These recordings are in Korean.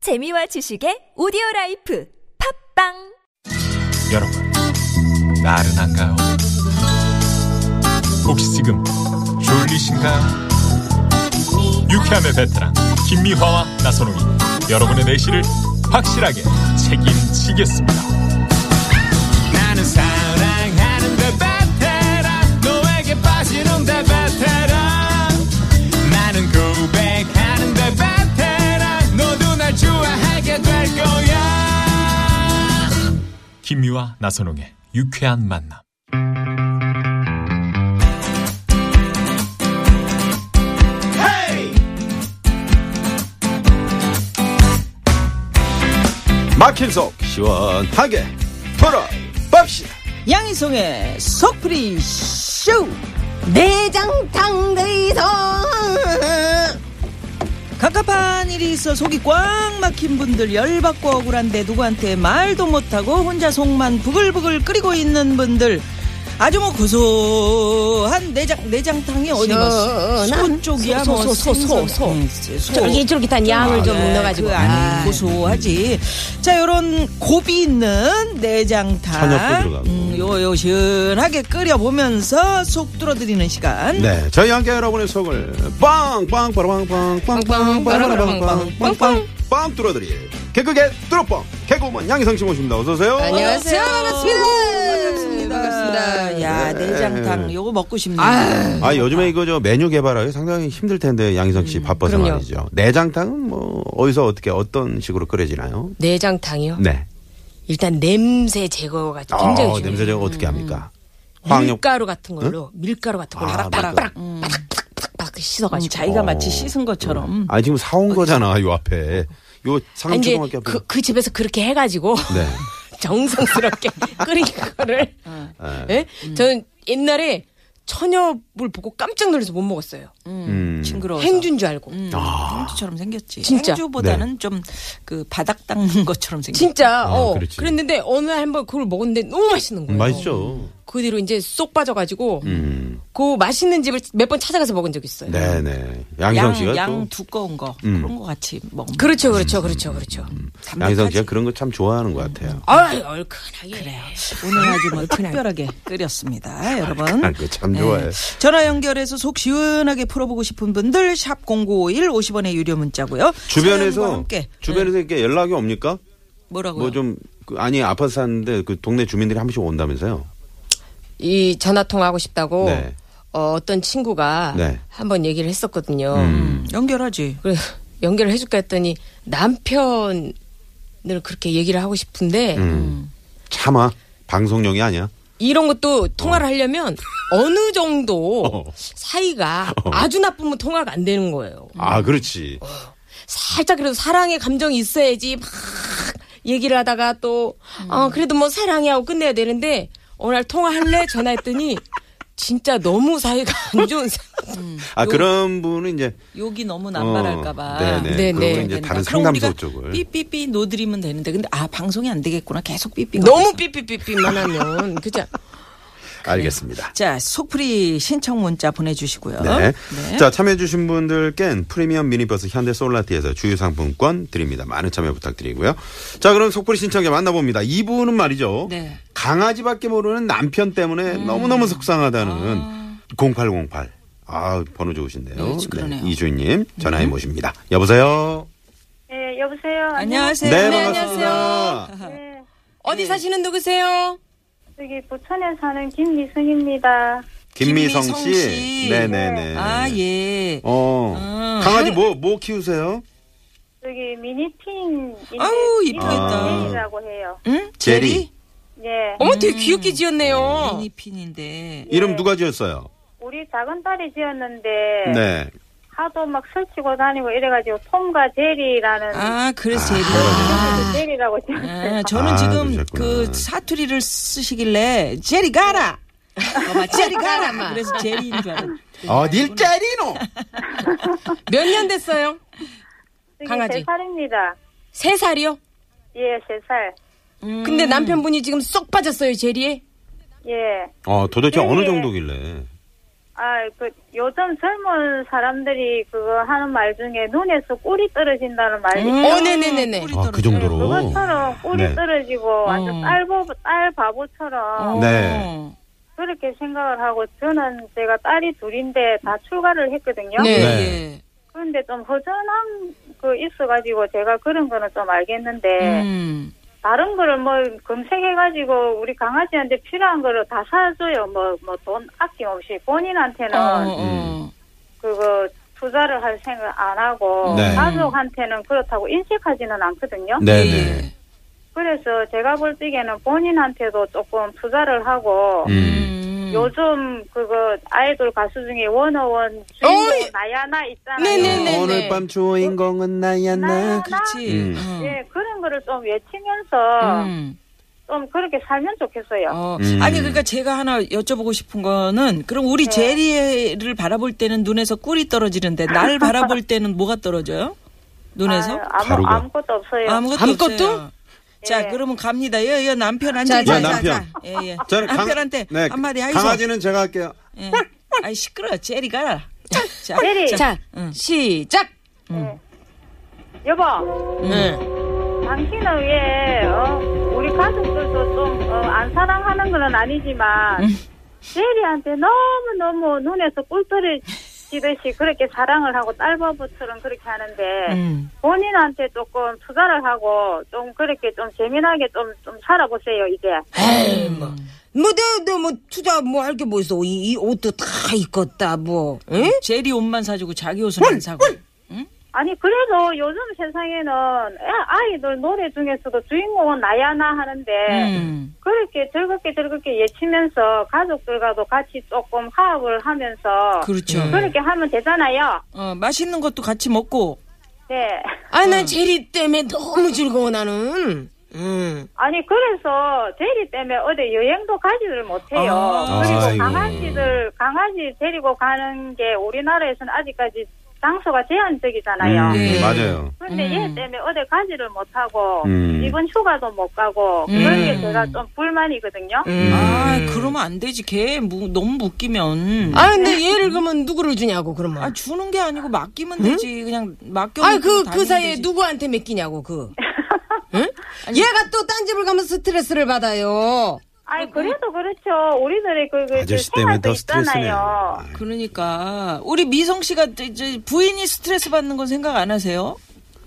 재미와 지식의 오디오 라이프 팝빵 여러분, 나른한가요? 혹시 지금 졸리신가요? 유쾌함의 베테랑 김미화와 나선홍이 여러분의 내실을 확실하게 책임지겠습니다. 나는 사랑하는데 베테랑 너에게 빠지는데 베테랑 나는 고백하는데 베테랑 너도 날 좋아하게 될 거야 김미화 나선홍의 유쾌한 만남. 막힌 속 시원하게 털어봅시다. 양희성의 속풀이 쇼 내장탕대에서 갑갑한 일이 있어 속이 꽉 막힌 분들 열받고 억울한데 누구한테 말도 못하고 혼자 속만 부글부글 끓이고 있는 분들 아주 뭐 고소한 내장 내장탕이 어디가 소 시원한 쪽이야 소, 뭐 소, 소, 소, 생선, 소. 음, 소. 쫄깃쫄깃한 양을 좀 네, 넣어가지고 아. 그 안에 고소하지. 자, 요런 곱이 있는 내장탕. 천엽도 들어가고. 음, 요, 요, 시원하게 끓여보면서 속 뚫어드리는 시간. 네, 저희 함께 여러분의 속을 빵빵 빠라빵빵 빵빵 빠라빵빵 빵빵 빵 뚫어드릴 개그계 뚫어뻥 개그우먼 양희성 씨 모십니다. 어서 오세요. 안녕하세요. 반갑습니다. 반갑습니다. 야, 네. 내장탕 요거 먹고 싶네요. 아 요즘에 이거 저 메뉴 개발하기 상당히 힘들 텐데 양희성 씨 바빠서 그럼요. 말이죠. 내장탕은 뭐 어디서 어떻게 어떤 식으로 끓여지나요? 내장탕이요? 네. 일단 냄새 제거가 굉장히 어, 중요해요. 냄새 제거 어떻게 합니까? 황역 밀가루 같은 걸로 밀가루 같은 걸로 아, 바락바락 바락 바락 음, 씻어가지고 자기가 어. 마치 씻은 것처럼. 아니 지금 사온 거잖아 요 앞에 요 아, 상암 이제 초등학교 앞에. 그, 그 집에서 그렇게 해가지고 네. 정성스럽게 끓인 거를 네. 예? 저는 옛날에 천엽을 보고 깜짝 놀라서 못 먹었어요. 음. 아. 징그러워서. 행주인 줄 알고. 음, 행주처럼 생겼지. 진짜. 행주보다는 좀 그 바닥 닦는 것처럼 생겼. 진짜 어 아, 그렇지. 그랬는데 어느 날 한번 그걸 먹었는데 너무 맛있는 거예요. 맛있죠. 그 뒤로 이제 쏙 빠져가지고 음. 그 맛있는 집을 몇 번 찾아가서 먹은 적 있어요. 네네. 양희성 씨가 양, 양 또 두꺼운 거 음. 그런 거 같이 먹으면 그렇죠, 그렇죠, 그렇죠, 그렇죠. 양희성 씨가 담백하지. 그런 거 참 좋아하는 것 같아요. 아, 얼큰하게. 그래요. 오늘 아주 뭐 특별하게 끓였습니다, 여러분. 아, 그거 참 좋아해. 네. 전화 연결해서 속 시원하게 풀어보고 싶은 분들 샵 #0951 50원의 유료 문자고요. 사연과 주변에서 함께 네. 주변에서 이렇게 연락이 옵니까? 뭐라고요? 뭐 좀 아니 아파트 사는데 그 동네 주민들이 한 번씩 온다면서요? 이 전화 통화하고 싶다고 네. 어, 떤 친구가 네. 한번 얘기를 했었거든요. 음, 연결하지. 그래 연결을 해줄까 했더니 남편을 그렇게 얘기를 하고 싶은데 음. 참아 방송용이 아니야. 이런 것도 통화를 하려면 어느 정도 어. 사이가 아주 나쁘면 통화가 안 되는 거예요. 아 그렇지. 어. 살짝 그래도 사랑의 감정이 있어야지 막 얘기를 하다가 또 음. 어, 그래도 뭐 사랑해 하고 끝내야 되는데 어느 날 통화할래 전화했더니 진짜 너무 사이가 안 좋은 사람. 음. 아 그런 분은 이제 욕이 너무 어, 남발할까봐. 네네. 네네. 그러면 이제 된다. 다른 그럼 상담소 우리가 쪽을. 삐삐삐 노드리면 되는데 근데 아 방송이 안 되겠구나 계속 삐삐 너무 삐삐삐삐만 하면 그죠? 알겠습니다. 자 속풀이 신청 문자 보내주시고요 네. 네. 자, 참여해주신 분들께는 프리미엄 미니버스 현대 솔라티에서 주유상품권 드립니다. 많은 참여 부탁드리고요. 자, 그럼 속풀이 신청자 만나봅니다. 이분은 말이죠. 네. 음. 강아지밖에 모르는 남편 때문에 너무너무 속상하다는 0808. 아, 번호 좋으신데요. 아. 네, 그러네요. 이주인님 전화해 모십니다. 여보세요? 네, 여보세요. 네, 안녕하세요 네, 반갑습니다. 네, 어디 사시는 누구세요? 여기 부천에 사는 김미승입니다. 김미성 김미성 씨. 씨. 네네네. 아예 어. 음. 강아지 뭐, 뭐 키우세요? 여기 미니핑 아우, 이쁘겠다. 라고 해요. 응? 제리. 제리? 예, 어머 네. 되게 귀엽게 지었네요. 미니핀인데 이름 누가 지었어요? 우리 작은 딸이 지었는데 네. 하도 막 설치고 다니고 이래가지고 톰과 제리라는 아 그래서 제리 이름으로 제리라고 지었어요. 아, 저는 아, 지금 그러셨구나. 그 사투리를 쓰시길래 제리 가라. 엄마, 제리 가라. 막 그래서 제리인 줄 알았는데. 어딜 짜리노? 몇 년 됐어요? 저기 강아지. 세 살입니다. 세 살이요? 예, 세 살. 음. 근데 남편분이 지금 쏙 빠졌어요 제리에. 예, 어, 도대체 네. 어느 정도길래? 아, 그, 요즘 젊은 사람들이 그거 하는 말 중에 눈에서 꿀이 떨어진다는 말이 음. 있어요. 어, 네네네네. 꿀이 아, 그 떨어져요. 정도로. 그것처럼 꿀이 네. 떨어지고 어. 완전 딸보, 딸 바보처럼 네. 그렇게 생각을 하고 저는 제가 딸이 둘인데 다 출가를 했거든요. 네. 네. 그런데 좀 허전함 그 있어가지고 제가 그런 거는 좀 알겠는데 음. 다른 거를 뭐 검색해가지고 우리 강아지한테 필요한 거를 다 사줘요. 뭐 뭐 돈 아낌없이 본인한테는 어, 음. 어. 그거 투자를 할 생각 안 하고 음. 네. 가족한테는 그렇다고 인식하지는 않거든요. 네, 네. 예. 그래서 제가 볼 때에는 본인한테도 조금 투자를 하고 음. 음. 요즘 그거 아이돌 가수 중에 원어원 주인공 어이! 나야나 있잖아요. 네네네. 오늘 밤 주인공은 나야 나. 나야나 그렇지. 음. 어. 예 그런 거를 좀 외치면서 음. 좀 그렇게 살면 좋겠어요. 어, 음. 아니 그러니까 제가 하나 여쭤보고 싶은 거는 그럼 우리 제리를 바라볼 때는 눈에서 꿀이 떨어지는데 날 바라볼 때는 뭐가 떨어져요? 눈에서? 아유, 아무 가루가. 아무것도 없어요. 아무것도, 아무것도? 없어요. 자 예. 그러면 갑니다. 예, 예 남편 자, 앉아. 자, 예, 자, 남편. 자. 예, 예. 저는 강- 남편한테 네, 한마디 하이소. 강아지는 제가 할게요. 음, 예. 아이 시끄러. 제리가. 자, 제리. 자, 자, 응. 시작! 여보, 네. 당신은 왜 어, 우리 가족들도 좀 어, 안 사랑하는 건 음. 아니지만 제리한테 너무 너무 눈에서 꿀떨이 지듯이 그렇게 사랑을 하고 딸바보처럼 그렇게 하는데 음. 본인한테 조금 투자를 하고 좀 그렇게 좀 재미나게 좀 좀 살아보세요 이제. 에이, 음. 뭐. 뭐, 내, 내, 뭐, 투자, 뭐, 할 게 뭐 있어. 이, 이 옷도 다 입었다, 뭐. 음. 응? 제리 옷만 사주고 자기 옷은 안 사고. 아니 그래도 요즘 세상에는 애- 아이들 노래 중에서도 주인공은 나야나 하는데 음. 그렇게 즐겁게 즐겁게 예치면서 가족들과도 같이 조금 화합을 하면서 그렇죠. 렇게 하면 되잖아요. 어, 맛있는 것도 같이 먹고. 네. 아, 음. 난 제리 때문에 너무 즐거워, 나는. 음. 응. 아니 그래서 제리 때문에 어디 여행도 가지를 못해요. 아, 그리고 아이고. 강아지들 강아지 데리고 가는 게 우리나라에서는 아직까지 장소가 제한적이잖아요. 네. 음, 예. 맞아요. 근데 얘 때문에 어디 가지를 못하고 음. 이번 휴가도 못 가고 그런 게 제가 좀 불만이거든요. 음. 아, 그러면 안 되지. 걔 무, 너무 묶이면. 아, 음. 근데 얘를 그러면 누구를 주냐고, 그러면. 아, 주는 게 아니고 맡기면 되지. 그냥 맡겨. 아이 그 그 사이에 누구한테 맡기냐고 그. 응? 얘가 또 딴 집을 가면 스트레스를 받아요. 아니 그래도 그렇죠. 우리들의 그, 그, 그 아저씨 때문에 생활도 더 스트레스네요. 있잖아요. 그러니까 우리 미성 씨가 이제 부인이 스트레스 받는 건 생각 안 하세요?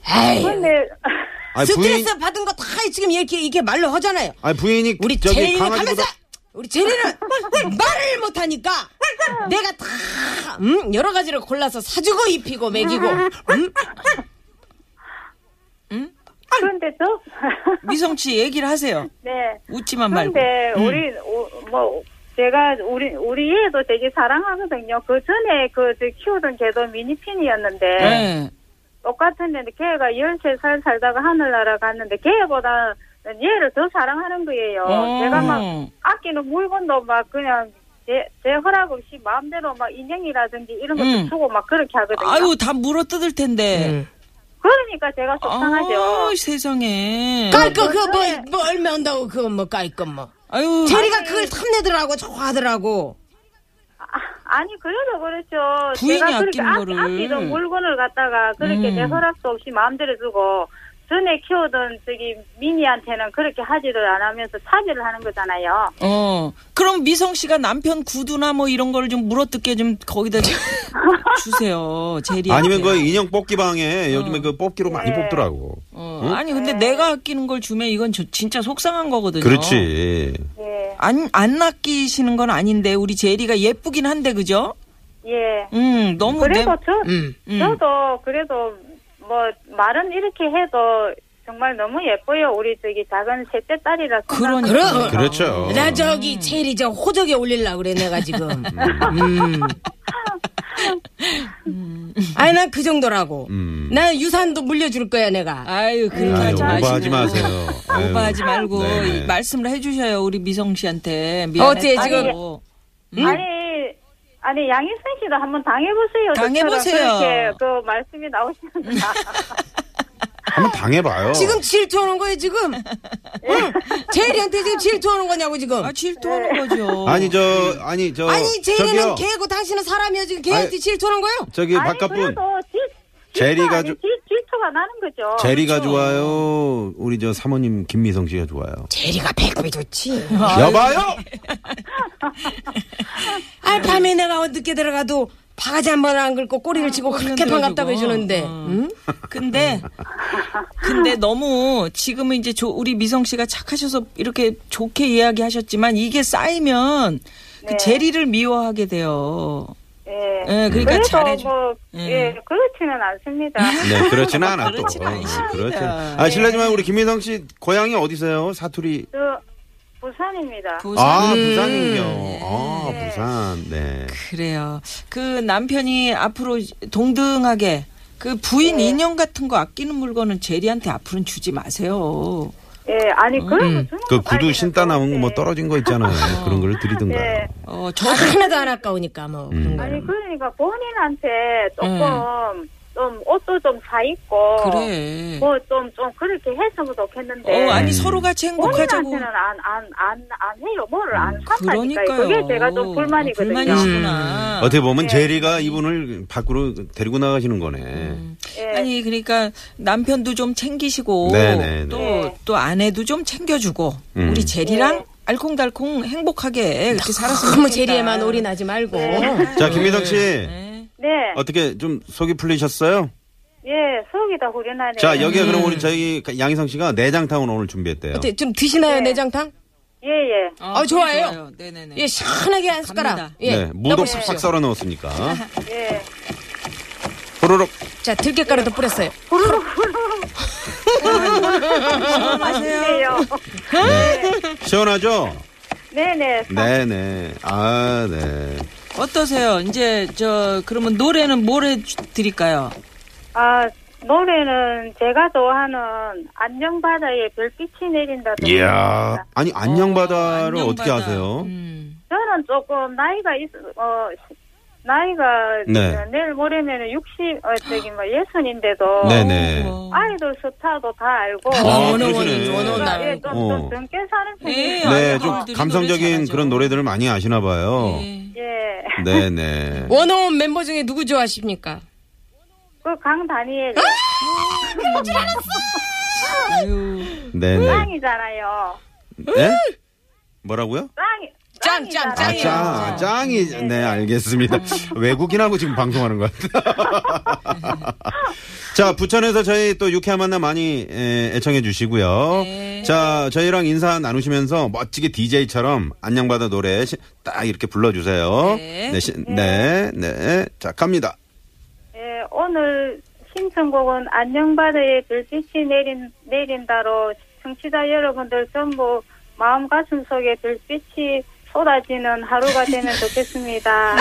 에이. 근데 아니, 부인, 스트레스 받은 거 다 지금 이렇게 이렇게 말로 하잖아요. 아니, 부인이 우리 저기 제리는 강아지보다 가면서 우리 제리는 말을 못 하니까 내가 다 음, 여러 가지를 골라서 사주고 입히고 먹이고. 음? 그런데 저 미성 씨 얘기를 하세요. 네. 웃지만 말고. 음. 근데 우리 우- 뭐 제가 우리 우리 얘도 되게 사랑하거든요. 그 전에 그 저 키우던 걔도 미니핀이었는데 네. 똑같았는데 걔가 13살 살다가 하늘나라 갔는데 걔보다 얘를 더 사랑하는 거예요. 어. 제가 막 아끼는 물건도 막 그냥 제, 제 허락 없이 마음대로 막 인형이라든지 이런 것도 음. 주고 막 그렇게 하거든요. 아유, 다 물어 뜯을 텐데. 네. 그러니까 제가 네. 속상하죠. 아유, 세상에. 깔끔 그뭐 뭐 얼마 온다고 그거 뭐 깔끔 뭐. 아유. 제리가 그걸 탐내더라고 좋아하더라고. 아, 니 그래도 그렇죠. 부인이 제가 그렇게 아끼는 아, 거를. 음. 아끼던 물건을 갖다가 그렇게 내 허락도 없이 마음대로 주고 전에 키우던 저기 미니한테는 그렇게 하지를 안 하면서 차별을 하는 거잖아요. 어. 그럼 미성 씨가 남편 구두나 뭐 이런 거를 좀 물어 뜯게 좀 거기다 좀 주세요. 제리. 아니면 그 인형 뽑기방에 요즘에 그 뽑기로 많이 뽑더라고. 어, 아니 근데 내가 아끼는 걸 주면 이건 저- 진짜 속상한 거거든요. 그렇지. 예, 안, 안 아끼시는 건 아닌데 우리 제리가 예쁘긴 한데 그죠? 예. 음 너무 그래도 내- 저, 음. 음. 저도 그래도 뭐 말은 이렇게 해도 정말 너무 예뻐요. 우리 저기 작은 셋째 딸이라 그러니까. 그럼. 그렇죠. 나 저기 제리 저 호적에 올리려고 그래 내가 지금. 음. 아니 난 그 정도라고. 음. 나 유산도 물려줄 거야 내가. 아유 그렇게 아유, 오버하지 하지 마시고 마세요. 아유. 오버하지 말고 네네. 이 말씀을 해주셔요 우리 미성 씨한테 미안해. 어째 지금- 음. 아니 아니 양희선 씨도 한번 당해보세요. 저처럼 당해보세요. 그렇게 그 말씀이 나오시는구나. 한번 당해봐요. 지금 질투하는 거예요 지금. 응. 제일이한테 지금 질투하는 거냐고 지금. 아, 질투하는 거죠. 아니 저 아니 저 아니 제일이는 저기요. 개고 당신은 사람이야 지금 개한테 아니, 질투하는 거예요? 저기 아니 바깥분 그래도 질, 제리가 제리가 좀- 질투가 나는 거죠. 제리가 그렇죠. 좋아요. 우리 저 사모님 김미성 씨가 좋아요. 제리가 백배 좋지. 여봐요. 알파미 내가 어떻게 들어가도 바가지 한 번 안 긁고 꼬리를 치고 그렇게 아, 흔들어주고. 반갑다고 해주는데. 어. 응? 근데 근데 너무 지금은 이제 조- 우리 미성 씨가 착하셔서 이렇게 좋게 이야기하셨지만 이게 쌓이면 그 네. 제리를 미워하게 돼요. 예. 예, 그러니까 그래도 잘해줘. 뭐, 예. 그렇지는 않습니다. 네 그렇지는 않아 또. 그렇지는 않습니다. 그렇지. 아 실례지만 우리 김미성 씨 고향이 어디세요? 사투리. 저 부산입니다. 부산 음. 아 부산이요. 아 부산. 네. 그래요. 그 남편이 앞으로 동등하게 그 부인 네. 인형 같은 거 아끼는 물건은 제리한테 앞으로는 주지 마세요. 예. 아니 음. 그런 거 주는 그 거 빨리 구두 신다 나온 거 뭐 떨어진 거 있잖아요. 그런 걸 드리든가요. 예. 어, 아, 저 하나도 안 아까우니까 뭐 그런 음. 거. 아니 그러니까 음. 본인한테 조금 좀 옷도 좀 사 입고 그래. 뭐 좀 좀 그렇게 했으면 좋겠는데. 어, 아니 서로 같이 행복하자고. 네. 음, 본인한테는 안 안 안 안 해요. 뭐를 안 산다니까. 그러니까요. 어, 그게 제가 좀 불만이거든요. 불만이시구나. 어떻게 보면 제리가 이분을 밖으로 데리고 나가시는 거네. 예. 아니 그러니까 남편도 좀 챙기시고 네네네. 또 예. 또 네. 아내도 좀 챙겨주고 음. 우리 제리랑 알콩달콩 행복하게 이렇게 살았으면 좋겠다. 너무 예. 아, 예. 제리에만 올인하지 말고. 자, 김미성 씨. 네. 네. 어떻게 좀 속이 풀리셨어요? 예. 속이 다 후련하네요. 자, 여기에 그럼 음. 우리 저희 양희성 씨가 내장탕을 오늘 준비했대요. 어때 좀 드시나요 네. 내장탕? 예, 예. 아, 좋아요. 네네네. 예 시원하게 한 숟가락. 갑니다. 예. 네, 무도 넣어보십시오. 팍팍 썰어 넣었으니까. 예. 호로록. 자 들깨가루도 뿌렸어요. 맞으세요. 시원하죠? 네, 네. 네네. 아, 네. 어떠세요? 이제 저 그러면 노래는 뭘 해드릴까요? 아, 노래는 제가 좋아하는 안녕바다에 별빛이 내린다든가. 이야. 아니, 안녕바다를 안녕 어떻게 바다. 아세요? 음. 저는 조금 나이가 있, 어, 나이가 네. 어, 내일 모레면 60, 어, 저기 뭐 예순인데도. 네네. 어. 아이돌 스타도 다 알고. 아, 원어원인 그러시네. 원어원 그러니까 나요. 예, 좀, 좀 어. 젊게 사는 예, 편이. 네, 아이돌들이 좀 노래 감성적인 잘하죠. 그런 노래들을 많이 아시나 봐요. 예. 예. 네네. 원어원 멤버 중에 누구 좋아하십니까? 그 강다니엘 아유. 어? 네네. 짱이잖아요. 네? 뭐라고요? 짱, 짱이. 짱, 아, 짱이요. 짱, 짱이, 네, 알겠습니다. 외국인하고 지금 방송하는 것 같아요. 자, 부천에서 저희 또 유쾌한 만남 많이 에, 애청해 주시고요. 네. 자, 저희랑 인사 나누시면서 멋지게 DJ처럼 안녕바다 노래 시- 딱 이렇게 불러주세요. 네. 네, 시- 네, 네. 자, 갑니다. 예, 오늘 신청곡은 안녕바다에 별빛이 내린, 내린다로 청취자 여러분들 전부 마음 가슴 속에 별빛이 쏟아지는 하루가 되면 좋겠습니다.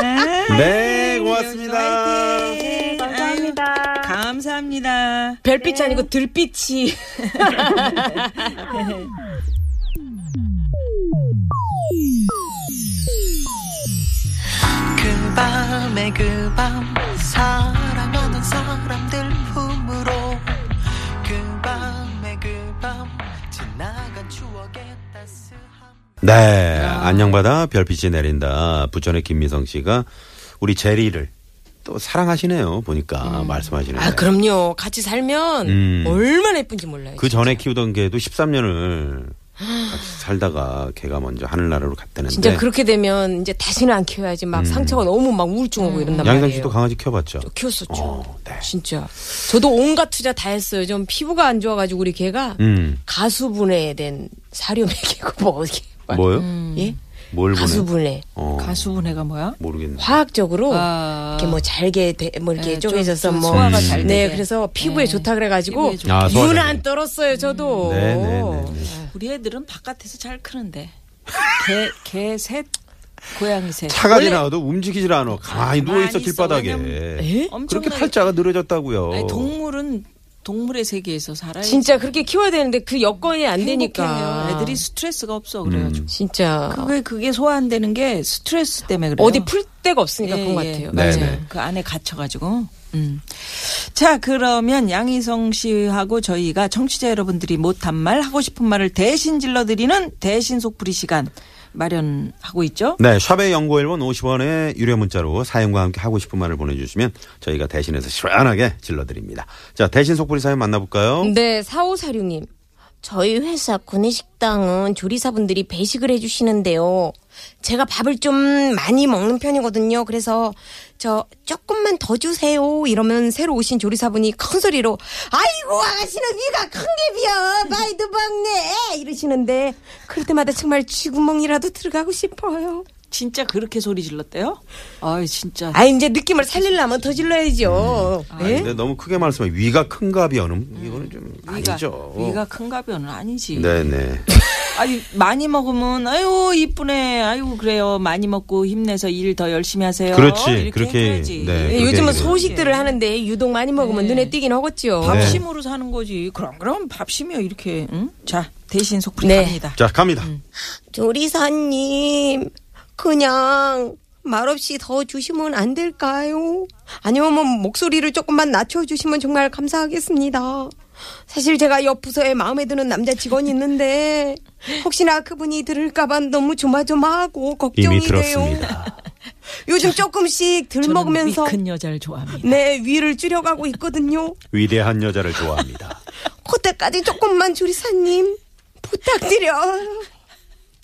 네, 고맙습니다. 네, 감사합니다. 감사합니다. 별빛이 아니고 들빛이. 그 밤에 그 밤 사랑하는 사람들 품으로 그 밤에 그 밤 지나간 추억의 따스함 네, 안녕바다 별빛이 내린다. 부천의 김미성 씨가 우리 제리를 또 사랑하시네요. 보니까 말씀하시는. 아 그럼요. 같이 살면 음. 얼마나 예쁜지 몰라요. 그 전에 키우던 개도 13년을 같이 살다가 개가 먼저 하늘나라로 갔다는데. 진짜 그렇게 되면 이제 다시는 안 키워야지 막 상처가 너무 막 우울증 음. 오고 음. 이런단 양희성 말이에요. 씨도 강아지 키워봤죠. 키웠었죠. 어, 네. 진짜. 저도 온갖 투자 다 했어요. 좀 피부가 안 좋아가지고 우리 걔가 음, 가수분해된 사료 먹이고 뭐 어떻게 뭐요? 음. 예? 뭘 보내? 가수분해. 어, 가수분해가 뭐야? 모르겠네. 화학적으로 아. 이렇게 뭐 잘게 돼- 뭐 이렇게 네, 쪼개져서 좀- 좀 뭐 소화가 잘 네, 되게. 그래서 피부에 좋다 그래가지고 피부에 음. 아, 좋다. 유난 떨었어요 저도. 네, 네, 네, 네. 우리 애들은 바깥에서 잘 크는데 개, 개 셋, 고양이 셋. 차가 지나도 움직이질 뭐 않아. 가만히 누워있어 가만히 있어. 길바닥에. 왜냐면 에? 엄청나게- 그렇게 팔자가 늘어졌다고요. 아니, 동물은 동물의 세계에서 살아야 진짜 그렇게 키워야 되는데 그 여건이 안 되니까. 애들이 스트레스가 없어 음. 그래가지고 진짜 그게 그게 소화안되는 게 스트레스 때문에 그래요. 어디 풀 데가 없으니까 그런 것 예, 예. 같아요. 네, 맞아요. 네. 그 안에 갇혀가지고. 음. 자, 그러면 양희성 씨하고 저희가 청취자 여러분들이 못한 말, 하고 싶은 말을 대신 질러드리는 대신 속풀이 시간 마련하고 있죠. 네, 샵의 연구 1번 50원의 유료 문자로 사연과 함께 하고 싶은 말을 보내주시면 저희가 대신해서 시원하게 질러드립니다. 자, 대신 속보리 사연 만나볼까요? 네, 4546님. 저희 회사 구내식당은 조리사분들이 배식을 해주시는데요. 제가 밥을 좀 많이 먹는 편이거든요. 그래서 저 조금만 더 주세요. 이러면 새로 오신 조리사분이 큰 소리로 아이고 아가씨는 위가 큰 게 비어 마이도 박네 이러시는데 그럴 때마다 정말 쥐구멍이라도 들어가고 싶어요. 진짜 그렇게 소리 질렀대요? 아 진짜. 아 이제 느낌을 살리려면 더 질러야죠. 예? 아, 근데 너무 크게 말씀해 위가 큰가 비어는 이거는 좀 아니죠. 위가 큰가 변은 아니지. 네네. 아니 많이 먹으면 아유 이쁘네. 아유 그래요. 많이 먹고 힘내서 일 더 열심히 하세요. 그렇지, 이렇게 그렇게, 해줘야지. 네. 예, 그렇게 요즘은 얘기해요. 예. 소식들을 하는데 유독 많이 먹으면 눈에 띄긴 하겠지요. 네. 밥심으로 사는 거지. 그럼 그럼 밥심이요 이렇게. 응? 자 대신 속풀이 네. 갑니다. 자, 갑니다. 음. 조리사님, 그냥 말없이 더 주시면 안 될까요? 아니면 뭐 목소리를 조금만 낮춰주시면 정말 감사하겠습니다. 사실 제가 옆 부서에 마음에 드는 남자 직원이 있는데 혹시나 그분이 들을까봐 너무 조마조마하고 걱정이 이미 돼요. 들었습니다. 요즘 조금씩 들 먹으면서 큰 여자를 좋아합니다. 내 위를 줄여가고 있거든요. 위대한 여자를 좋아합니다. 그때까지 조금만 조리사님 부탁드려.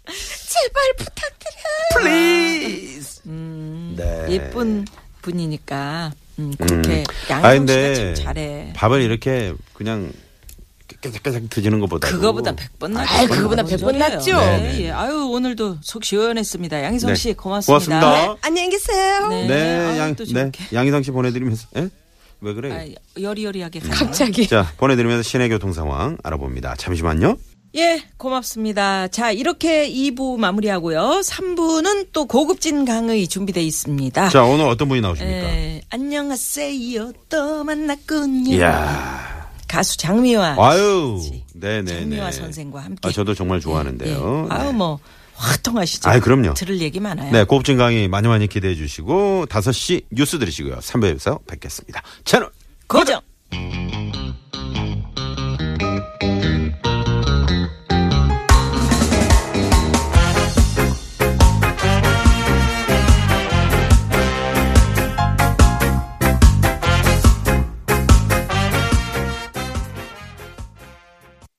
제발 부탁드려. 네. 음. 예쁜 분이니까 음, 그렇게 아 양성 씨가 근데 참 잘해. 밥을 이렇게 그냥 깨작깨작 드시는 것보다 그거보다 100번 낫죠. 아이, 그거보다 백번 낫죠. 네, 예. 아유 오늘도 속 시원했습니다. 양희성 네. 씨 고맙습니다. 고맙습니다. 안녕히 계세요. 네, 네, 아유, 양, 또 네, 저렇게. 양희성 씨 보내드리면서 예? 왜 그래? 요 아, 여리여리하게 가요. 갑자기. 자, 보내드리면서 시내 교통 상황 알아봅니다. 잠시만요. 예, 고맙습니다. 자, 이렇게 2부 마무리하고요. 3부는 또 고급진 강의 준비돼 있습니다. 자, 그러니까. 오늘 어떤 분이 나오십니까? 예, 안녕하세요. 또 만났군요. 이야, 가수 장미화. 예. 아유, 네네네. 장미화 선생과 함께. 아, 저도 정말 좋아하는데요. 예. 아유 네. 뭐 화통하시죠. 아이, 그럼요. 들을 얘기 많아요. 네, 고급진 강의 많이 많이 기대해 주시고, 5시 뉴스 들으시고요. 3부에 서 뵙겠습니다. 채널 고정.